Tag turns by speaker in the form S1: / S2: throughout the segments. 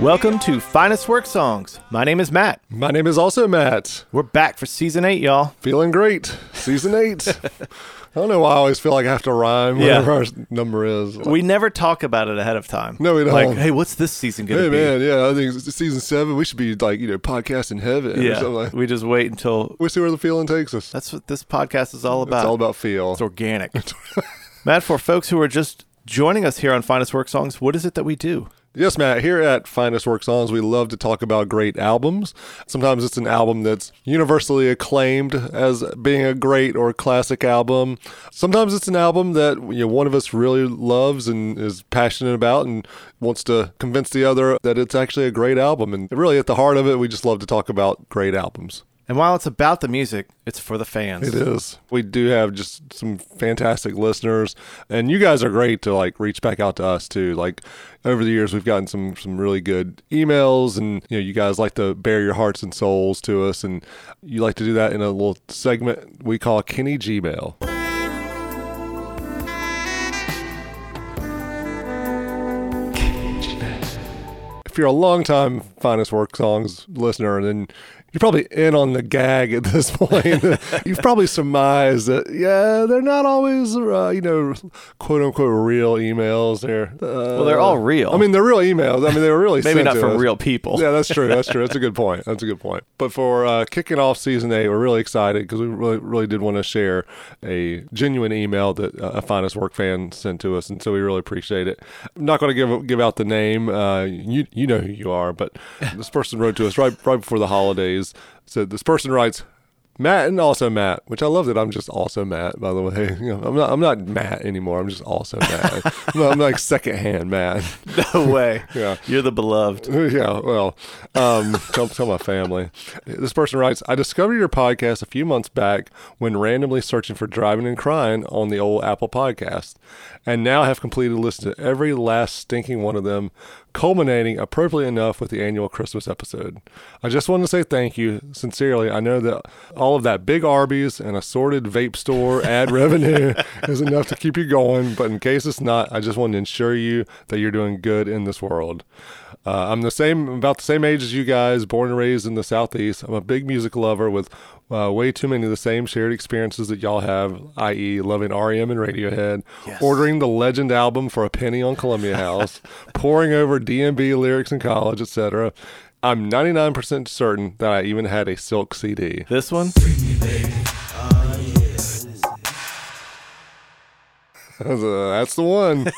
S1: Welcome to Finest Work Songs. My name is Matt.
S2: My name is also Matt.
S1: We're back for season eight, y'all.
S2: Feeling great. Season eight. I don't know why I always feel like I have to rhyme
S1: Yeah.
S2: whatever our number is. Like,
S1: We never talk about it ahead of time.
S2: No, we don't.
S1: Like, hey, what's this season going to
S2: hey
S1: be?
S2: man, yeah, I think it's season seven. We should be like you know podcast in heaven or
S1: yeah,
S2: something. Like.
S1: we just wait until
S2: We see where the feeling takes us.
S1: that's what this podcast is all about.
S2: It's all about feel.
S1: It's organic. Matt, for folks who are just joining us here on Finest Work Songs, what is it that we do?
S2: Yes, Matt, here at Finest Work Songs, we love to talk about great albums. Sometimes it's an album that's universally acclaimed as being a great or classic album. Sometimes it's an album that you know, one of us really loves and is passionate about and wants to convince the other that it's actually a great album. And really, at the heart of it, we just love to talk about great albums.
S1: And while it's about the music, it's for the fans.
S2: It is. We do have just some fantastic listeners, and you guys are great to like reach back out to us too. Like over the years, we've gotten some some really good emails, and you know, you guys like to bare your hearts and souls to us, and you like to do that in a little segment we call Kenny Gmail. if you're a long time finest work songs listener then you're probably in on the gag at this point you've probably surmised that yeah they're not always uh, you know quote unquote real emails they're uh,
S1: Well, they're all real.
S2: i mean they're real emails i mean they were really
S1: Maybe
S2: sent
S1: not
S2: to
S1: from
S2: us.
S1: real people.
S2: Yeah, that's true. That's true. That's a good point. That's a good point. But for uh, kicking off season eight, we're really excited because we really, really did want to share a genuine email that uh, a finest work fan sent to us, and so we really appreciate it. I'm not going to give give out the name. Uh, you you know who you are, but this person wrote to us right right before the holidays. Said this person writes. Matt and also Matt, which I love that I'm just also Matt. By the way, you know, I'm not I'm not Matt anymore. I'm just also Matt. I'm, not- I'm like secondhand Matt.
S1: no way.
S2: Yeah.
S1: You're the beloved.
S2: yeah, well, um, tell, tell my family. This person writes I discovered your podcast a few months back when randomly searching for Driving and Crying on the old Apple podcast, and now have completed a listen to every last stinking one of them, culminating appropriately enough with the annual Christmas episode. I just wanted to say thank you. Sincerely, I know that all of that big Arby's and assorted vape store ad revenue is enough to keep you going, but in case it's not, I just wanted to ensure you that you're doing good in this world. Uh, I'm the same, about the same age as you guys, born and raised in the Southeast. I'm a big music lover with uh, way too many of the same shared experiences that y'all have, i.e., loving REM and Radiohead,
S1: Yes.
S2: ordering the Legend album for a penny on Columbia House, pouring over DMB lyrics in college, etc. I'm 99% certain that I even had a Silk CD.
S1: This one?
S2: That's, uh, that's the one.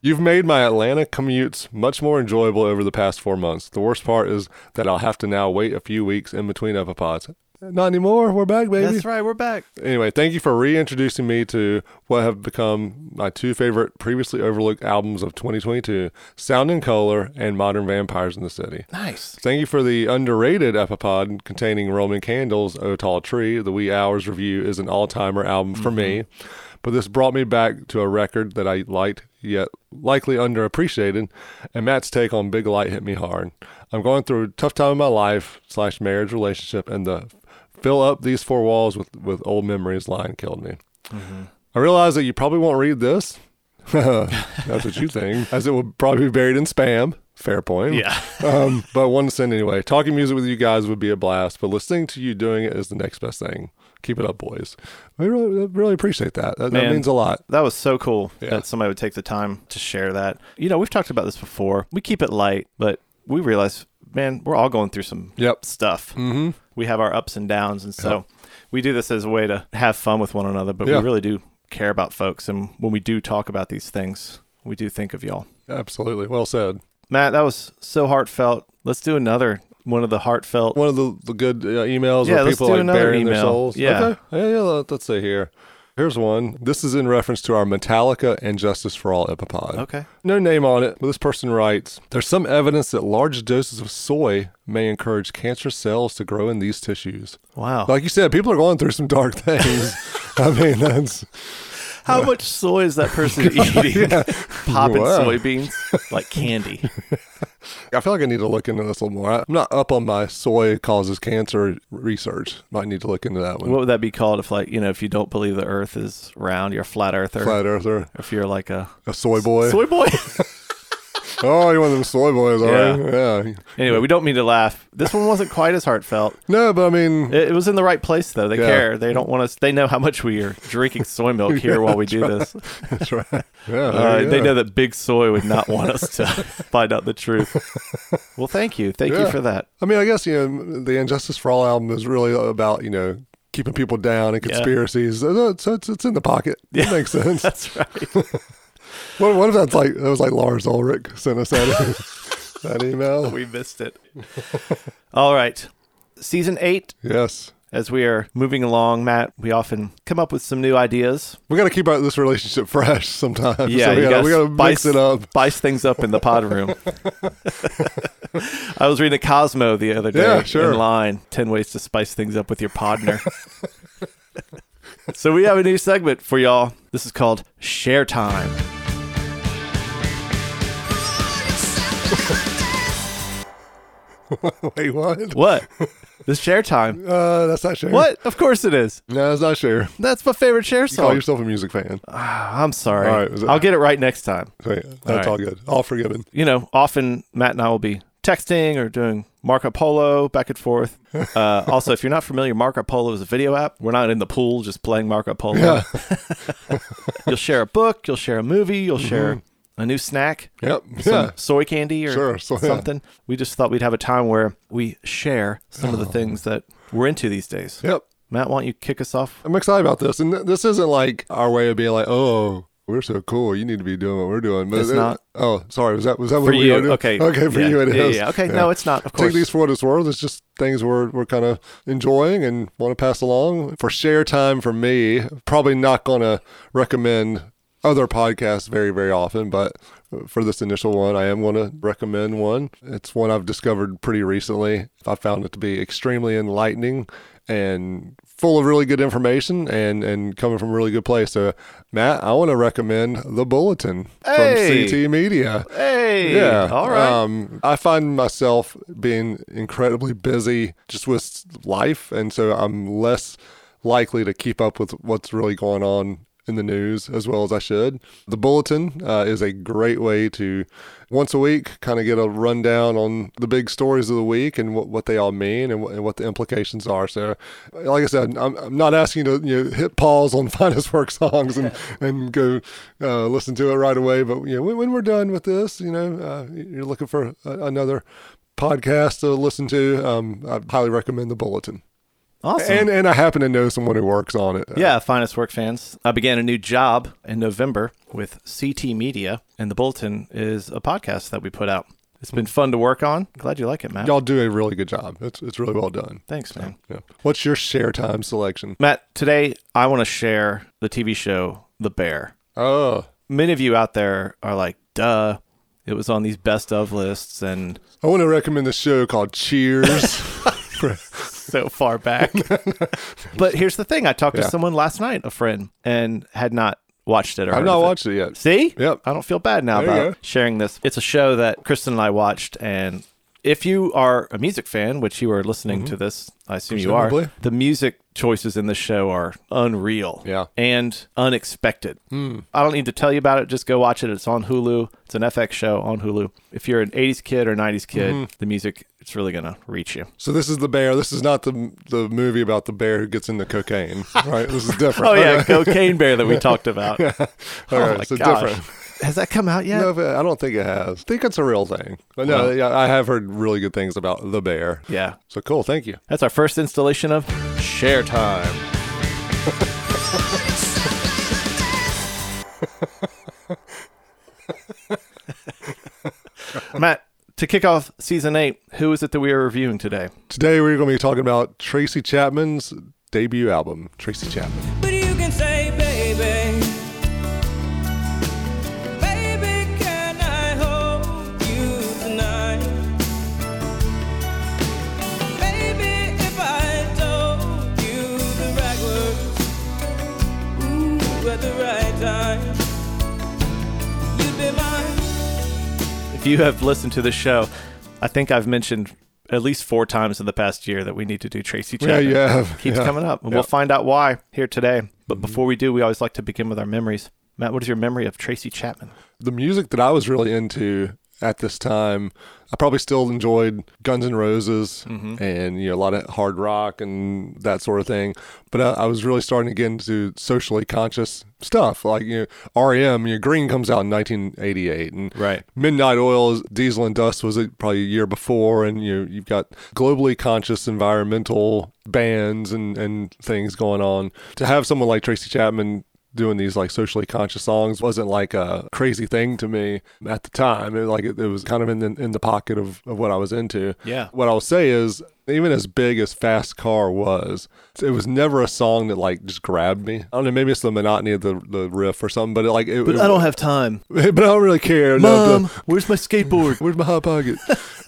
S2: You've made my Atlanta commutes much more enjoyable over the past four months. The worst part is that I'll have to now wait a few weeks in between epipods. Not anymore. We're back, baby.
S1: That's right. We're back.
S2: Anyway, thank you for reintroducing me to what have become my two favorite previously overlooked albums of 2022 Sound and Color and Modern Vampires in the City.
S1: Nice.
S2: Thank you for the underrated epipod containing Roman Candles, O Tall Tree. The Wee Hours review is an all timer album for me, but this brought me back to a record that I liked yet likely underappreciated, and Matt's take on Big Light hit me hard. I'm going through a tough time in my life slash marriage relationship, and the fill up these four walls with, with old memories line killed me. I realize that you probably won't read this. That's what you think, as it will probably be buried in spam. Fair point
S1: Yeah.
S2: um, but one send anyway. Talking music with you guys would be a blast, but listening to you doing it is the next best thing. Keep it up, boys. We really, really appreciate that. That, that
S1: Man.
S2: means a lot.
S1: That was so cool
S2: Yeah.
S1: that somebody would take the time to share that. You know, we've talked about this before. We keep it light, but we realize, man, we're all going through some
S2: Yep.
S1: stuff.
S2: Mm-hmm.
S1: We have our ups and downs, and so we do this as a way to have fun with one another. But
S2: Yeah.
S1: we really do care about folks, and when we do talk about these things, we do think of y'all.
S2: Absolutely. Well said.
S1: Matt, that was so heartfelt. Let's do another one of the heartfelt.
S2: One of the, the good uh, emails
S1: Yeah,
S2: where
S1: let's
S2: people
S1: do
S2: like
S1: another
S2: burying their
S1: email.
S2: souls.
S1: Yeah.
S2: Okay. Yeah, yeah, let- let's see here. Here's one. This is in reference to our Metallica and Justice for All epipod.
S1: Okay.
S2: No name on it, but this person writes There's some evidence that large doses of soy may encourage cancer cells to grow in these tissues.
S1: Wow.
S2: Like you said, people are going through some dark things. I mean, that's
S1: How much soy is that person eating? Popping
S2: Wow.
S1: soybeans like candy.
S2: I feel like I need to look into this a little more. I'm not up on my soy causes cancer research. Might need to look into that one.
S1: What would that be called if, like, you know, if you don't believe the Earth is round, you're a flat earther.
S2: Flat earther,
S1: If you're like a
S2: a soy boy.
S1: soy boy,
S2: oh, you want them soy boys, all right? yeah.
S1: Anyway, we don't mean to laugh. This one wasn't quite as heartfelt.
S2: No, but I mean,
S1: It, it was in the right place though. They
S2: Yeah.
S1: care. They don't want us. They know how much we are drinking soy milk here while we do this.
S2: that's right. Yeah,
S1: Uh,
S2: there you
S1: They
S2: go.
S1: know that Big Soy would not want us to find out the truth. Well, thank you. Thank you
S2: Yeah.
S1: for that.
S2: I mean, I guess you know the Injustice for All album is really about you know keeping people down and conspiracies. So So it's, it's in the pocket. It makes sense.
S1: That's right.
S2: what, what if that's like that was like Lars Ulrich sent us that that email?
S1: We missed it. All right. Season eight,
S2: yes,
S1: as we are moving along, Matt, we often come up with some new ideas,
S2: we got to keep our, this relationship fresh sometimes.
S1: Yeah,
S2: so we
S1: you
S2: gotta,
S1: gotta
S2: we gotta mix
S1: spice-
S2: it up.
S1: spice things up in the pod room. I was reading Cosmo the other day
S2: Yeah, sure.
S1: in line 10 ways to spice things up with your podner. so we have a new segment for y'all. This is called Share Time.
S2: Wait, what?
S1: What? This share time.
S2: Uh, that's not share.
S1: What? Of course it is.
S2: No, that's not share.
S1: That's my favorite share
S2: Call
S1: song.
S2: yourself a music fan.
S1: Ah, I'm sorry.
S2: All right, was it-
S1: I'll get it right next time.
S2: So, yeah, that's
S1: right.
S2: all good. All forgiven.
S1: You know, often Matt and I will be texting or doing Marco Polo back and forth. Uh, also, if you're not familiar, Marco Polo is a video app. We're not in the pool just playing Marco Polo.
S2: Yeah.
S1: You'll share a book, you'll share a movie, you'll share a new snack.
S2: Yep.
S1: some
S2: Mm-hmm. yeah.
S1: soy candy or
S2: Sure, so- yeah.
S1: something. We just thought we'd have a time where we share some
S2: Oh.
S1: of the things that we're into these days.
S2: Yep.
S1: Matt, why don't you kick us off?
S2: I'm excited about this, and th- this isn't like our way of being like, oh, we're so cool. You need to be doing what we're doing. But
S1: It's
S2: it-
S1: not.
S2: Oh, sorry. Was that was that
S1: For
S2: what we
S1: you,
S2: are doing?
S1: okay.
S2: Okay, for
S1: Yeah,
S2: you it is.
S1: yeah, yeah, Okay, no, it's not, of course.
S2: Take these for what it's worth. It's just things we're we're kind of enjoying and want to pass along for share time. For me, probably not going to recommend other podcasts very very often, but for this initial one, I am going to recommend one. It's one I've discovered pretty recently. I found it to be extremely enlightening and full of really good information and and coming from a really good place. So, Matt, I want to recommend the Bulletin
S1: Hey!
S2: from CT Media.
S1: Hey,
S2: Yeah.
S1: all right.
S2: Um, I find myself being incredibly busy just with life. And so I'm less likely to keep up with what's really going on in the news as well as I should. The Bulletin uh, is a great way to once a week kind of get a rundown on the big stories of the week and what, what they all mean and, what- and what the implications are. So, like I said, I'm, I'm not asking you to you know, hit pause on Finest Work songs and, and go uh, listen to it right away. But you know, when, when we're done with this, you know, uh, you're looking for a, another podcast to listen to. Um, I highly recommend the Bulletin.
S1: awesome.
S2: And and I happen to know someone who works on it.
S1: yeah, finest work fans. I began a new job in November with CT Media, and the Bulletin is a podcast that we put out. It's been fun to work on. Glad you like it, Matt.
S2: Uh, y'all do a really good job. It's it's really well done.
S1: Thanks, man.
S2: Yeah. What's your share time selection?
S1: Matt, today I want to share the TV show The Bear.
S2: Oh,
S1: Many of you out there are like, duh, it was on these best of lists and
S2: I want to recommend this show called Cheers.
S1: so far back. but here's the thing I talked
S2: Yeah.
S1: to someone last night, a friend, and had not watched it or
S2: I've
S1: heard
S2: not
S1: of it.
S2: watched it yet.
S1: See?
S2: Yep.
S1: I don't feel bad now
S2: There you
S1: about
S2: go.
S1: sharing this. It's a show that Kristen and I watched and if you are a music fan, which you are listening to this, I assume you are,
S2: Mm-hmm. Presumably.
S1: the music choices in this show are unreal
S2: Yeah. Hmm.
S1: and unexpected. I don't need to tell you about it. Just go watch it. It's on Hulu. It's an FX show on Hulu. If you're an 80s kid or 90s kid,
S2: Mm-hmm.
S1: the music, it's really going to reach you.
S2: So this is the bear. This is not the the movie about the bear who gets into cocaine, right? This is different.
S1: Oh, yeah.
S2: Okay.
S1: Cocaine Bear that we talked about.
S2: All
S1: Oh,
S2: right,
S1: my
S2: so
S1: gosh.
S2: different.
S1: Has that come out yet?
S2: No, but I don't think it has. I think it's a real thing. But no, yeah, I have heard really good things about the bear.
S1: Yeah.
S2: So cool. Thank you.
S1: That's our first installation of Share Time. Matt, to kick off season eight, who is it that we are reviewing today?
S2: Today we're going to be talking about Tracy Chapman's debut album, Tracy Chapman.
S3: But you can say, baby, baby, can I hold you tonight? Baby, if I told you the right words, ooh, at the right time, you'd be mine.
S1: If you have listened to the show, I think I've mentioned at least four times in the past year that we need to do Tracy
S2: Yeah,
S1: Chapman.
S2: you have.
S1: Keeps
S2: Yeah.
S1: coming up, and we'll
S2: Yeah. Mm-hmm.
S1: find out why here today. But before we do, we always like to begin with our memories. Matt, what is your memory of Tracy Chapman?
S2: the music that I was really into at this time. I probably still enjoyed Guns N' Roses and you know a lot of hard rock and that sort of thing, but I, I was really starting to get into socially conscious stuff like you know, REM. You know, Green comes out in 1988, and
S1: Right.
S2: Midnight Oil, is- Diesel and Dust was uh, probably a year before, and you know, you've got globally conscious environmental bands and and things going on. To have someone like Tracy Chapman doing these like socially conscious songs wasn't like a crazy thing to me at the time. It, like it, it was kind of in the, in the pocket of, of what I was into.
S1: Yeah.
S2: What I'll say is even as big as Fast Car was, it was never a song that like just grabbed me. I don't know, maybe it's the monotony of the, the riff or something, but it like it,
S1: But I don't have time.
S2: but I don't really care. No, the-
S1: Mom, where's my skateboard?
S2: Where's my hot pocket?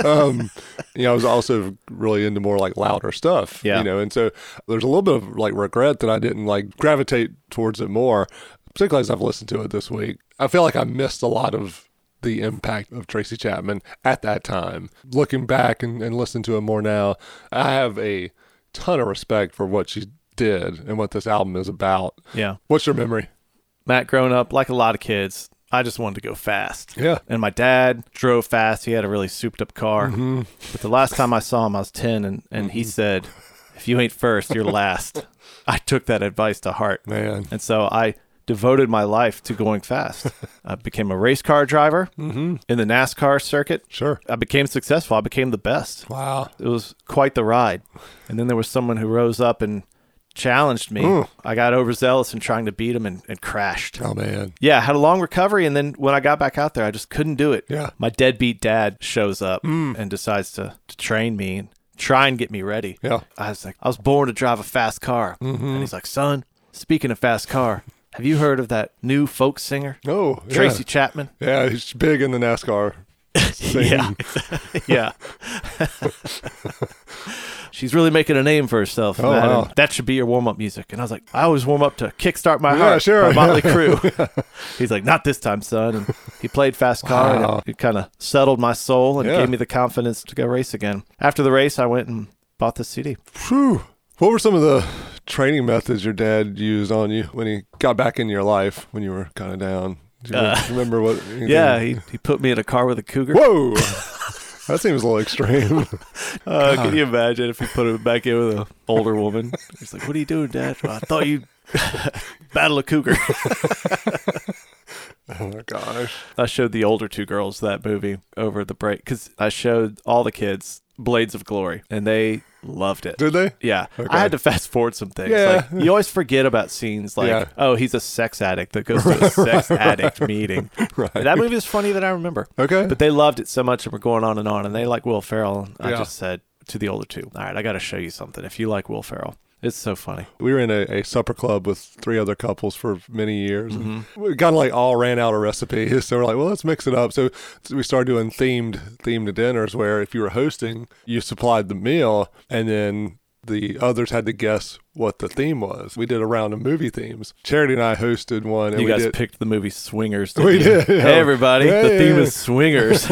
S2: um, you know, I was also really into more like louder stuff.
S1: Yeah.
S2: You know, and so there's a little bit of like regret that I didn't like gravitate towards it more, particularly as I've listened to it this week. I feel like I missed a lot of the impact of Tracy Chapman at that time. Looking back and, and listening to it more now, I have a ton of respect for what she did and what this album is about.
S1: Yeah.
S2: What's your memory?
S1: Matt, grown up like a lot of kids, I just wanted to go fast.
S2: Yeah.
S1: And my dad drove fast. He had a really souped up car. But the last time I saw him, I was 10, and, and he said, If you ain't first, you're last. I took that advice to heart.
S2: Man.
S1: And so I devoted my life to going fast. I became a race car driver in the NASCAR circuit.
S2: Sure.
S1: I became successful. I became the best.
S2: Wow.
S1: It was quite the ride. And then there was someone who rose up and challenged me.
S2: Mm.
S1: I got overzealous in trying to beat him and, and crashed.
S2: Oh man.
S1: Yeah, had a long recovery, and then when I got back out there, I just couldn't do it.
S2: Yeah. Hmm.
S1: my deadbeat dad shows up and decides to, to train me and try and get me ready.
S2: Yeah. Mm-hmm.
S1: I was like, I was born to drive a fast car, and he's like, son, speaking of fast car, have you heard of that new folk singer
S2: Oh, yeah.
S1: Tracy Chapman?
S2: Yeah, he's big in the NASCAR. scene.
S1: yeah. She's really making a name for herself.
S2: Oh,
S1: Matt, and
S2: wow.
S1: That should be your warm up music. And I was like, I always warm up to Kickstart My
S2: Yeah,
S1: Heart
S2: sure,
S1: by
S2: yeah.
S1: Motley Crue. He's like, not this time, son. And he played Fast Car
S2: Wow.
S1: and it kind of settled my soul and
S2: Yeah.
S1: gave me the confidence to go race again. After the race, I went and bought the CD.
S2: Phew. What were some of the training methods your dad used on you when he got back in your life when you were kind of down? Do you
S1: Uh,
S2: remember what? anything-
S1: Yeah, he, he put me in a car with a cougar.
S2: Whoa. that seems a little extreme.
S1: Uh, can you imagine if he put him back in with an older woman? He's like, what are you doing, Dad? "Well, I thought you battle a cougar.
S2: oh my gosh.
S1: I showed the older two girls that movie over the break because I showed all the kids Blades of Glory and they loved it.
S2: Did they?
S1: Yeah.
S2: Okay.
S1: I had to fast forward some things.
S2: Yeah.
S1: Like, you always forget about scenes like,
S2: Yeah.
S1: oh, he's a sex addict that goes to a sex addict meeting.
S2: Right.
S1: That movie is funny that I remember.
S2: okay.
S1: But they loved it so much and were going on and on. And they like Will Ferrell. And I
S2: Yeah.
S1: just said to the older two, all right, I got to show you something. If you like Will Ferrell, it's so funny.
S2: we were in a, a supper club with three other couples for many years.
S1: Mm-hmm.
S2: and We kind of like all ran out of recipes, so we're like, well, let's mix it up. So, so we started doing themed themed dinners where if you were hosting, you supplied the meal, and then the others had to guess what the theme was. We did a round of movie themes. Charity and I hosted one, and
S1: you
S2: we
S1: guys
S2: did.
S1: picked the movie Swingers. didn't
S2: We
S1: you?
S2: did, yeah.
S1: Hey, everybody. the
S2: Yeah,
S1: theme
S2: yeah,
S1: is Swingers.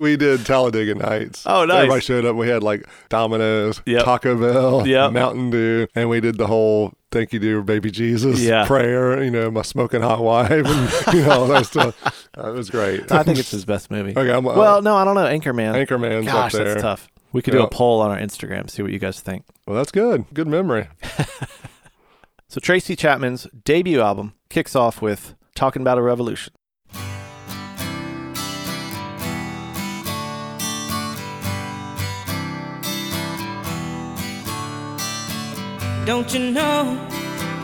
S2: we did Talladega Nights.
S1: Oh, nice.
S2: Everybody showed up. We had like Domino's,
S1: Yep.
S2: Taco Bell,
S1: Yep.
S2: Mountain Dew, and we did the whole "Thank You, dear baby Jesus"
S1: Yeah.
S2: prayer. You know, my smoking hot wife, and you know all that stuff. Uh, it was great.
S1: I think it's his best movie.
S2: Okay, I'm, uh,
S1: well, no, I don't know. Anchorman.
S2: Anchorman's up
S1: Gosh,
S2: there.
S1: that's tough. We could do
S2: Yeah.
S1: a poll on our Instagram, see what you guys think.
S2: Well, that's good. Good memory.
S1: So Tracy Chapman's debut album kicks off with "Talking About a Revolution."
S3: Don't you know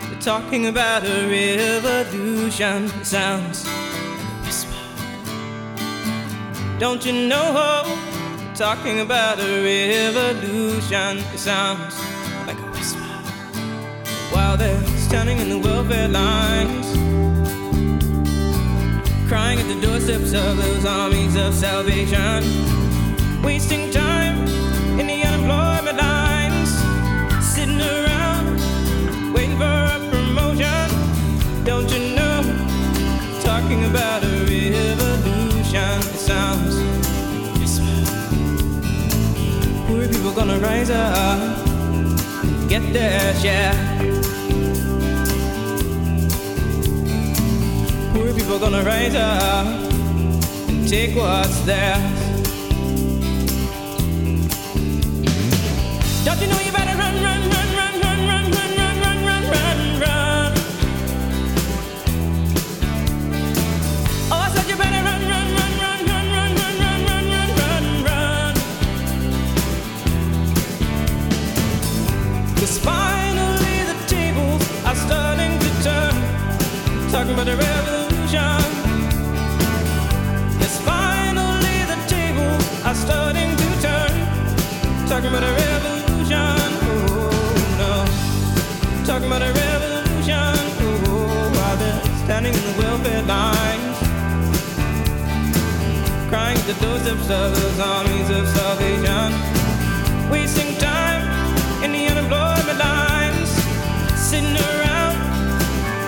S3: we're talking about a revolution? It sounds like a whisper. Don't you know we're talking about a revolution? It sounds like a whisper. While they're standing in the welfare lines, crying at the doorsteps of those armies of salvation, wasting time in the unemployment lines sitting around waiting for a promotion. Don't you know? Talking about a revolution. It sounds yes, sir. Poor people gonna rise up, get their share. Poor people gonna rise up and take what's theirs. Don't you know you better run, run, run, run, run, run, run, run, run, run, run, run. Oh, I said you better run, run, run, run, run, run, run, run, run, run, run, run. Cause finally the tables are starting to turn. Talking about the revolution. Yes, finally the tables are starting to turn. Talking about a revolution. Oh no. Talking about a revolution. Oh, while they're standing in the welfare lines. Crying at the doorsteps of those armies of salvation. Wasting time in the unemployment lines. Sitting around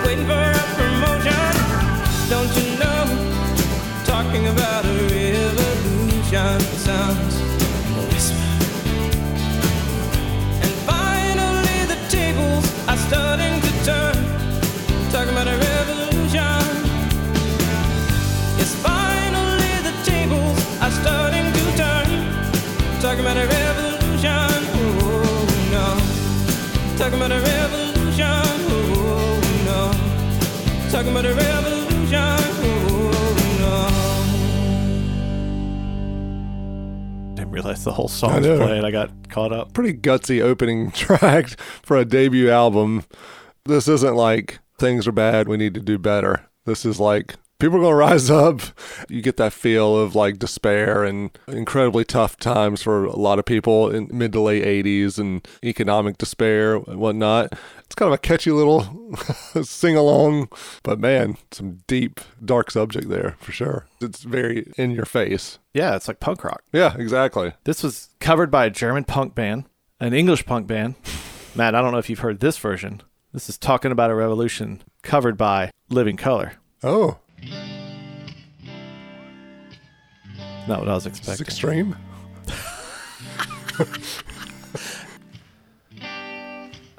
S3: waiting for a promotion. Don't you know? Talking about a revolution sounds. a whisper. And finally the tables are starting to turn. Talking about a revolution. Yes, finally the tables are starting to turn. Talking about a revolution. Oh no. Talking about a revolution. Oh no. Talking about a revolution. Oh no.
S1: Didn't realize the whole song
S2: I
S1: was
S2: know.
S1: playing. I got caught up.
S2: Pretty gutsy opening track for a debut album. This isn't like things are bad, we need to do better. This is like people are going to rise up. You get that feel of like despair and incredibly tough times for a lot of people in mid to late 80s and economic despair and whatnot. It's kind of a catchy little sing along, but man, some deep, dark subject there for sure. It's very in your face.
S1: Yeah, it's like punk rock.
S2: Yeah, exactly.
S1: This was covered by a German punk band, an English punk band. Matt, I don't know if you've heard this version. This is talking about a revolution covered by Living Color.
S2: Oh,
S1: Not what I was
S2: it's
S1: expecting.
S2: extreme.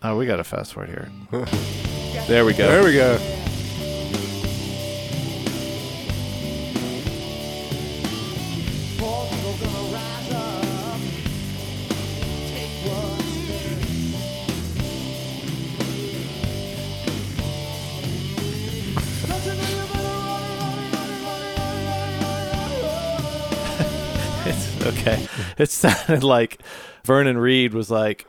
S1: Oh, we got to fast forward here. there we go.
S2: There we go.
S1: It's okay. It sounded like Vernon Reed was like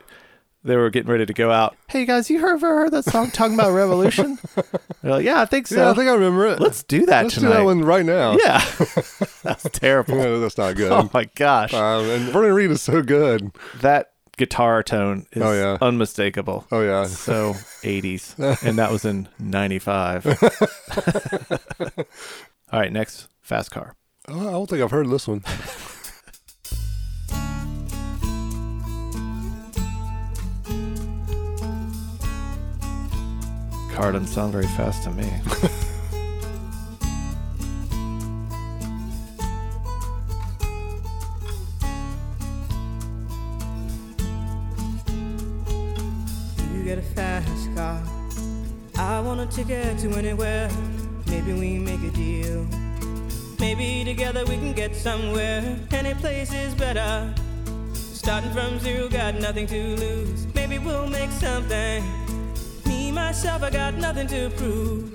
S1: they were getting ready to go out. Hey guys, you heard, ever heard that song talking about revolution? They're like, yeah, I think so.
S2: yeah, I think I remember it.
S1: Let's do that
S2: Let's
S1: tonight.
S2: do that one right now.
S1: Yeah, that's terrible.
S2: No, that's not good.
S1: Oh my gosh,
S2: Um, and Vernon Reed is so good.
S1: that guitar tone is
S2: Oh, yeah.
S1: unmistakable.
S2: Oh yeah,
S1: So 80s, and that was in '95. All right, next fast car.
S2: oh, I don't think I've heard this one.
S1: Car doesn't sound very fast to me.
S3: You get a fast car. I want a ticket to anywhere. Maybe we make a deal. Maybe together we can get somewhere. Any place is better. Starting from zero, got nothing to lose. Maybe we'll make something. Me, myself, I got nothing to prove.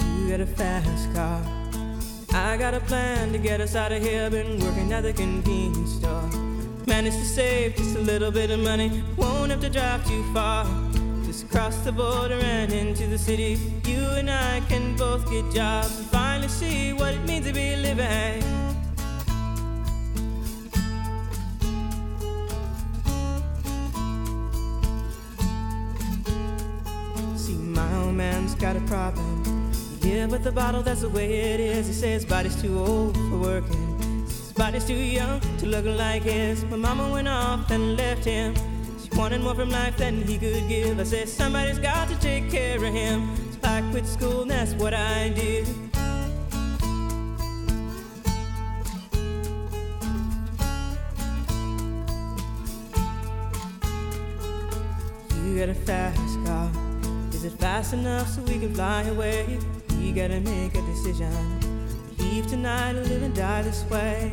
S3: You got a fast car. I got a plan to get us out of here. Been working at the convenience store. Managed to save just a little bit of money. Won't have to drive too far. Just cross the border and into the city. You and I can both get jobs and finally see what it means to be living. See, my old man's got a problem. Yeah, but the bottle, that's the way it is. He says his body's too old for working. His body's too young to look like his. My mama went off and left him. She wanted more from life than he could give. I said, somebody's got to take care of him. So I quit school, and that's what I did. You got a fast car. Is it fast enough so we can fly away? You gotta make a decision. Leave tonight or live and die this way.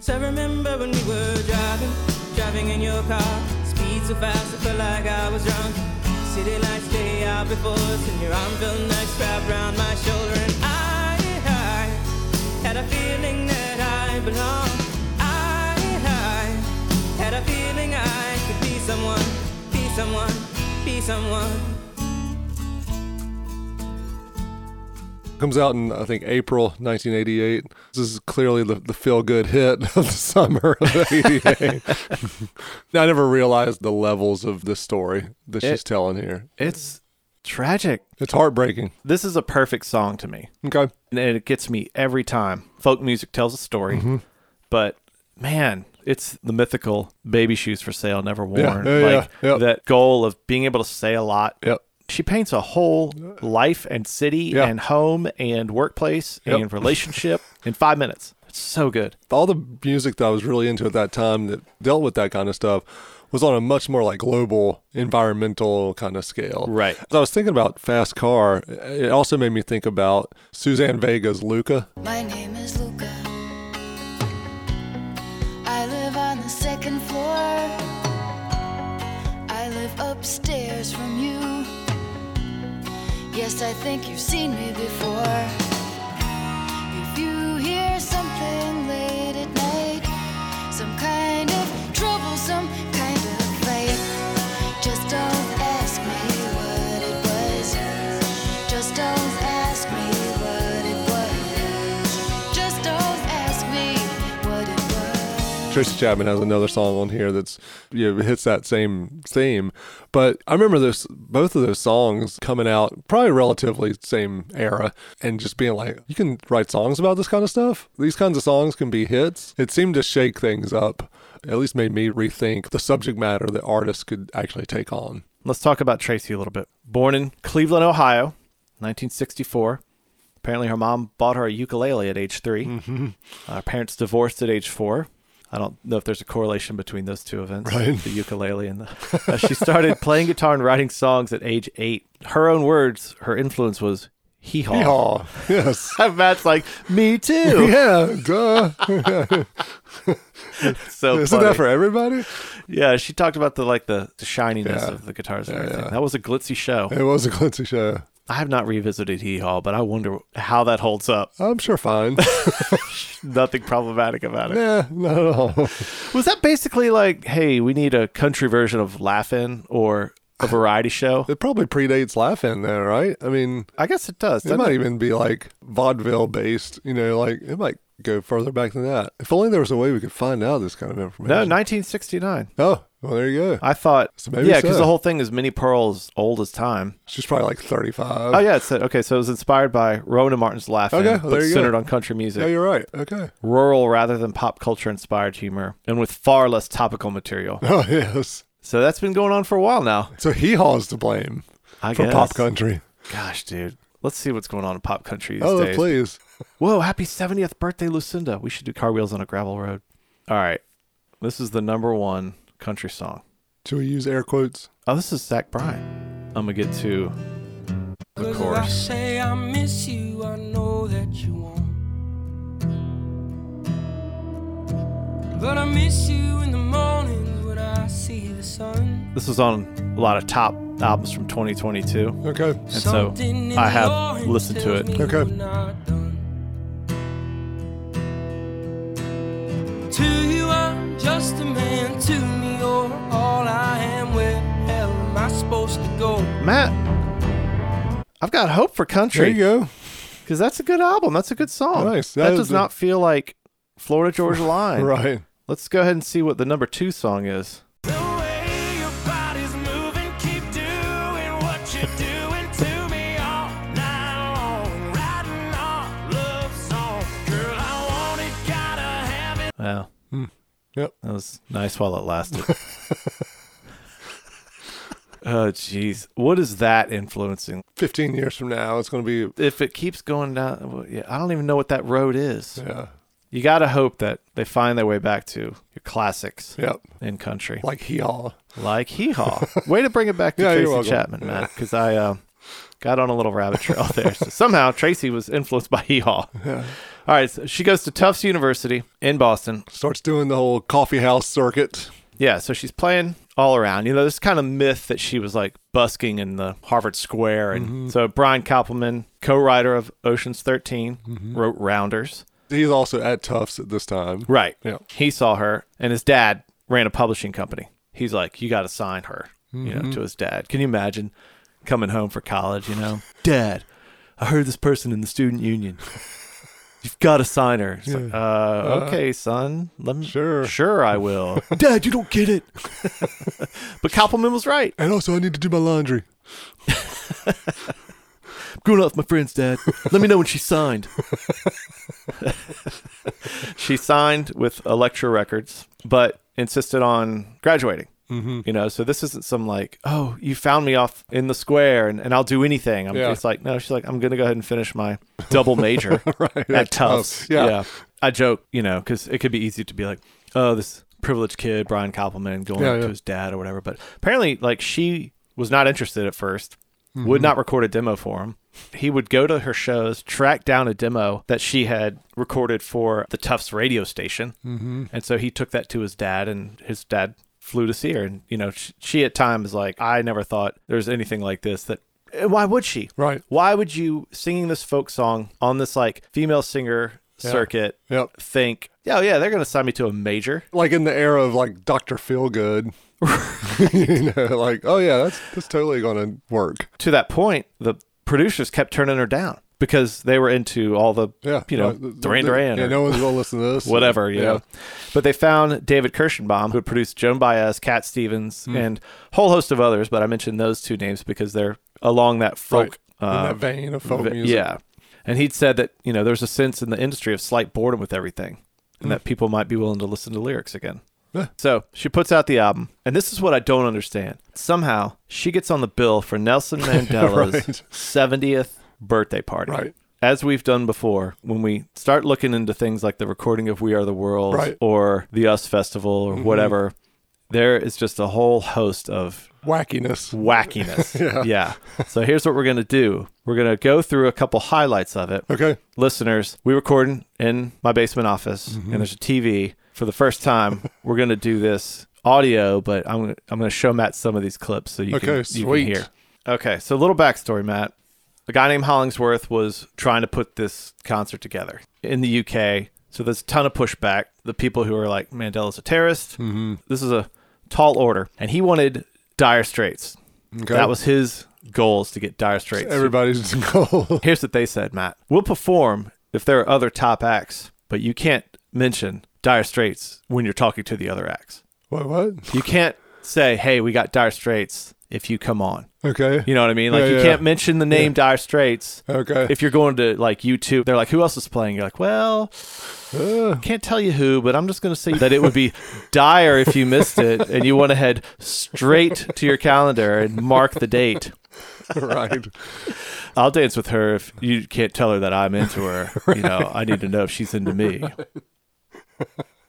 S3: So I remember when we were driving, driving in your car. Speed so fast, I felt like I was drunk. City lights day out before us, and your arm felt nice wrapped around my shoulder. And I, I had a feeling that I belong. I, I had a feeling I could be someone, be someone, be someone.
S2: Comes out in I think April 1988. This is clearly the, the feel good hit of the summer of '88. I never realized the levels of this story that she's
S1: It-
S2: telling here.
S1: It's tragic.
S2: It's heartbreaking.
S1: This is a perfect song to me.
S2: Okay,
S1: And it gets me every time. Folk music tells a story,
S2: Mm-hmm.
S1: but man, it's the mythical baby shoes for sale, never worn.
S2: yeah,
S1: like
S2: yeah, yeah.
S1: that goal of being able to say a lot.
S2: yep.
S1: She paints a whole life and city
S2: Yeah.
S1: and home and workplace
S2: Yep.
S1: and relationship in five minutes. It's so good.
S2: all the music that I was really into at that time that dealt with that kind of stuff was on a much more like global environmental kind of scale.
S1: Right.
S2: As I was thinking about Fast Car, it also made me think about Suzanne Vega's Luca.
S4: My name is Luca. I live on the second floor. I live upstairs from you. Yes, I think you've seen me before. If you hear something late at night, some kind of troublesome kind of fight, just don't ask me what it was. Just don't ask me what it was. Just don't ask me what it was.
S2: Tracy Chapman has another song on here that's you know, hits that same theme. But I remember those both of those songs coming out probably relatively same era and just being like, you can write songs about this kind of stuff. These kinds of songs can be hits. It seemed to shake things up. At least made me rethink the subject matter that artists could actually take on.
S1: Let's talk about Tracy a little bit. Born in Cleveland, Ohio, 1964. Apparently, her mom bought her a ukulele at age 3
S2: Mm-hmm.
S1: Uh, her parents divorced at age four. I don't know if there's a correlation between those two events,
S2: Right.
S1: the ukulele and the. Uh, she started playing guitar and writing songs at age eight. Her own words, her influence was hee haw.
S2: Yeehaw. Yes.
S1: Matt's like, me too.
S2: yeah. Duh.
S1: so
S2: Isn't
S1: funny.
S2: that for everybody?
S1: Yeah, she talked about the like the, the shininess
S2: Yeah.
S1: of the guitars and
S2: Yeah,
S1: everything.
S2: yeah.
S1: That was a glitzy show.
S2: It was a Clancy show.
S1: I have not revisited Hee Haw, but I wonder how that holds up.
S2: I'm sure fine.
S1: Nothing problematic about it.
S2: yeah, not at all.
S1: Was that basically like, hey, we need a country version of Laugh-In or a variety show?
S2: It probably predates Laughing there, right? I mean,
S1: I guess it does.
S2: it
S1: doesn't
S2: might
S1: it?
S2: even be like vaudeville based, you know, like it might go further back than that. If only there was a way we could find out this kind of
S1: No, Uh,
S2: information.
S1: 1969.
S2: Oh, well, there you go.
S1: I thought,
S2: So maybe
S1: yeah, because
S2: so.
S1: the whole thing is Minnie Pearl's old as time.
S2: She's probably like 35.
S1: Oh yeah, it said okay. So it was inspired by Rona Martin's Laugh-In,
S2: Okay, well,
S1: but
S2: there you go.
S1: centered on country music.
S2: Yeah, you're right. Okay.
S1: rural rather than pop culture inspired humor and with far less topical material.
S2: Oh, yes.
S1: so that's been going on for a while now.
S2: So hee haw's to blame
S1: I
S2: for
S1: guess.
S2: pop country.
S1: Gosh, dude. Let's see what's going on in pop country these
S2: oh,
S1: days.
S2: please.
S1: Whoa, happy 70th birthday, Lucinda. We should do Car Wheels on a Gravel Road. All right. This is the number one country song.
S2: Should we use air quotes?
S1: Oh, this is Zach Bryan. I'm going to get to the
S3: Cause if I
S1: chorus.
S3: say I miss you, I know that you won't. But I miss you in the mornings when I see the sun.
S1: This was on a lot of top albums from 2022.
S2: Okay.
S1: And so
S3: Something in
S1: I
S3: the
S1: have
S3: orange
S1: listened to
S3: tells
S1: it.
S3: me
S2: Okay.
S3: we're not done. To you, I'm just a man. To me, you're all I am. Where the hell am I supposed to go?
S1: Matt, I've got hope for
S2: There you
S1: country
S2: go.
S1: because that's a good album. That's a good song.
S2: Nice.
S1: That,
S2: That
S1: does
S2: is a-
S1: not feel like Florida Georgia Line.
S2: Right.
S1: Let's go ahead and see what the number two song is.
S3: The way your body's moving, keep doing what you're doing to me all night long. Writing our love song, girl, I want it, gotta have it.
S1: Wow.
S2: Hmm. Yep.
S1: That was nice while it lasted. oh, jeez. What is that influencing?
S2: 15 years from now, it's going to be.
S1: If it keeps going down, well, yeah, I don't even know what that road is.
S2: Yeah.
S1: you got to hope that they find their way back to your classics
S2: Yep.
S1: in country,
S2: Like he all.
S1: like Hee Haw. Way to bring it back to
S2: Yeah, you're
S1: Tracy
S2: welcome.
S1: Chapman, Matt, because I uh, got on a little rabbit trail there. So somehow Tracy was influenced by Hee Haw. All right, so she goes to Tufts University in Boston.
S2: Starts doing the whole coffee house circuit.
S1: Yeah, so she's playing all around. You know, this kind of myth that she was like busking in the Harvard Square, and so Brian Koppelman, co-writer of Ocean's 13 wrote Rounders.
S2: He's also at Tufts at this time.
S1: Right.
S2: Yeah.
S1: He saw her, and his dad ran a publishing company. He's like, "You got to sign her," you know, to his dad. Can you imagine coming home for college? You know, Dad, I heard this person in the student union. You've got to sign her. It's like, uh, okay, son. Let me.
S2: Sure.
S1: Sure, I will. Dad, you don't get it. but Koppelman was right.
S2: And also, I need to do my laundry.
S1: Going out with my friends, Dad. Let me know when she signed. she signed with Elektra Records, but insisted on graduating. Mm-hmm. You know, so this isn't some like, oh, you found me off in the square and, and I'll do anything. I'm
S2: Yeah.
S1: just like, no, she's like, I'm going to go ahead and finish my double major at Tufts.
S2: Tufts, yeah.
S1: I joke, you know, because it could be easy to be like, oh, this privileged kid, Brian Koppelman, going
S2: Yeah,
S1: up to
S2: yeah.
S1: his dad or whatever. But apparently, like, she was not interested at 1st
S2: Mm-hmm.
S1: would not record a demo for him. He would go to her shows, track down a demo that she had recorded for the Tufts radio station. Mm-hmm. And so he took that to his dad, and his dad flew to see her. And, you know, she, she at times, like, I never thought there's anything like this that. eh, Why would she?
S2: Right.
S1: Why would you singing this folk song on this like female singer circuit
S2: Yep.
S1: think, yeah, oh, yeah, they're gonna sign me to a major.
S2: Like in the era of like Dr. Feelgood. you know, like, oh yeah, that's that's totally gonna work.
S1: To that point, the producers kept turning her down because they were into all the
S2: Yeah.
S1: you know,
S2: right. The- the-
S1: Duran Duran
S2: Yeah,
S1: or
S2: no one's gonna listen to this.
S1: whatever, you
S2: yeah.
S1: know. But they found David Kirschenbaum, who had produced Joan Baez, Cat Stevens,
S2: Hmm.
S1: and a whole host of others, but I mentioned those two names because they're along that folk uh,
S2: Right. in that vein of folk
S1: vi-
S2: music.
S1: Yeah. And he'd said that, you know, there's a sense in the industry of slight boredom with everything and that people might be willing to listen to lyrics again.
S2: Mm. Yeah.
S1: So she puts out the album. And this is what I don't understand. Somehow she gets on the bill for Nelson Mandela's
S2: Right.
S1: 70th birthday party.
S2: Right.
S1: As we've done before, when we start looking into things like the recording of We Are the World
S2: Right. Mm-hmm.
S1: or the Us Festival or whatever, there is just a whole host of
S2: Wackiness.
S1: wackiness.
S2: Yeah.
S1: So here's what we're going to do. We're going to go through a couple highlights of it.
S2: Okay.
S1: Listeners, we recording in my basement office
S2: Mm-hmm.
S1: and there's a TV for the first time. we're going to do this audio, but I'm gonna, I'm going to show Matt some of these clips so you,
S2: Okay,
S1: can, you can
S2: sweet.
S1: hear. Okay. So a little backstory, Matt. A guy named Hollingsworth was trying to put this concert together in the UK. So there's a ton of pushback. The people who are like, Mandela's a terrorist.
S2: Mm-hmm.
S1: This is a tall order. And he wanted Dire Straits.
S2: Okay.
S1: That was his goal is to get Dire Straits.
S2: everybody's goal.
S1: Here's what they said, Matt. We'll perform if there are other top acts, but you can't mention Dire Straits when you're talking to the other acts.
S2: what what?
S1: You can't say, hey, we got Dire Straits if you come on.
S2: Okay.
S1: You know what I mean? Like,
S2: Yeah,
S1: you
S2: yeah.
S1: can't mention the name Dire Straits.
S2: Okay.
S1: If you're going to like YouTube, they're like, who else is playing? You're like, well,
S2: Uh,
S1: can't tell you who, but I'm just going to say that it would be dire if you missed it and you want to head straight to your calendar and mark the date.
S2: right.
S1: I'll dance with her if you can't tell her that I'm into her. You know, I need to know if she's into me.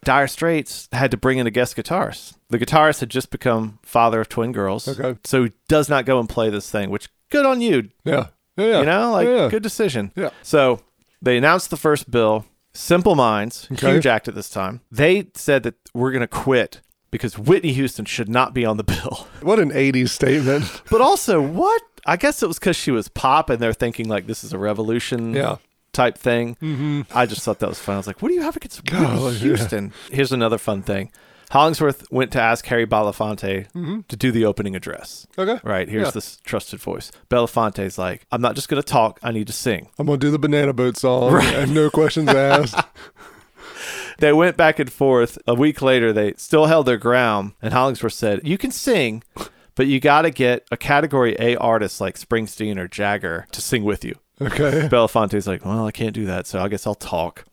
S1: Dire Straits had to bring in a guest guitarist. The guitarist had just become father of twin girls.
S2: Okay.
S1: So he does not go and play this thing, which good on you.
S2: Yeah. Yeah. Oh, yeah.
S1: You know, like
S2: yeah.
S1: good decision.
S2: Yeah.
S1: So they announced the first bill. Simple Minds,
S2: Okay.
S1: huge act at this time. They said that we're going to quit because Whitney Houston should not be on the bill.
S2: What an 80s statement.
S1: But also, what? I guess it was because she was pop, and they're thinking like this is a revolution,
S2: Yeah.
S1: type thing. Mm-hmm. I just thought that was fun. I was like, what do you have against Whitney
S2: Golly, yeah.
S1: Houston? Here's another fun thing. Hollingsworth went to ask Harry Belafonte to do the opening address.
S2: Okay.
S1: Right here's
S2: Mm-hmm. Yeah.
S1: this trusted voice. Belafonte's like, I'm not just gonna talk. I need to sing.
S2: I'm gonna do the banana boat song and no questions asked.
S1: They went back and forth. A week later, they still held their ground, and Hollingsworth said, "You can sing." But you got to get a category A artist like Springsteen or Jagger to sing with you.
S2: Okay.
S1: Belafonte's like, well, I can't do that, so I guess I'll talk.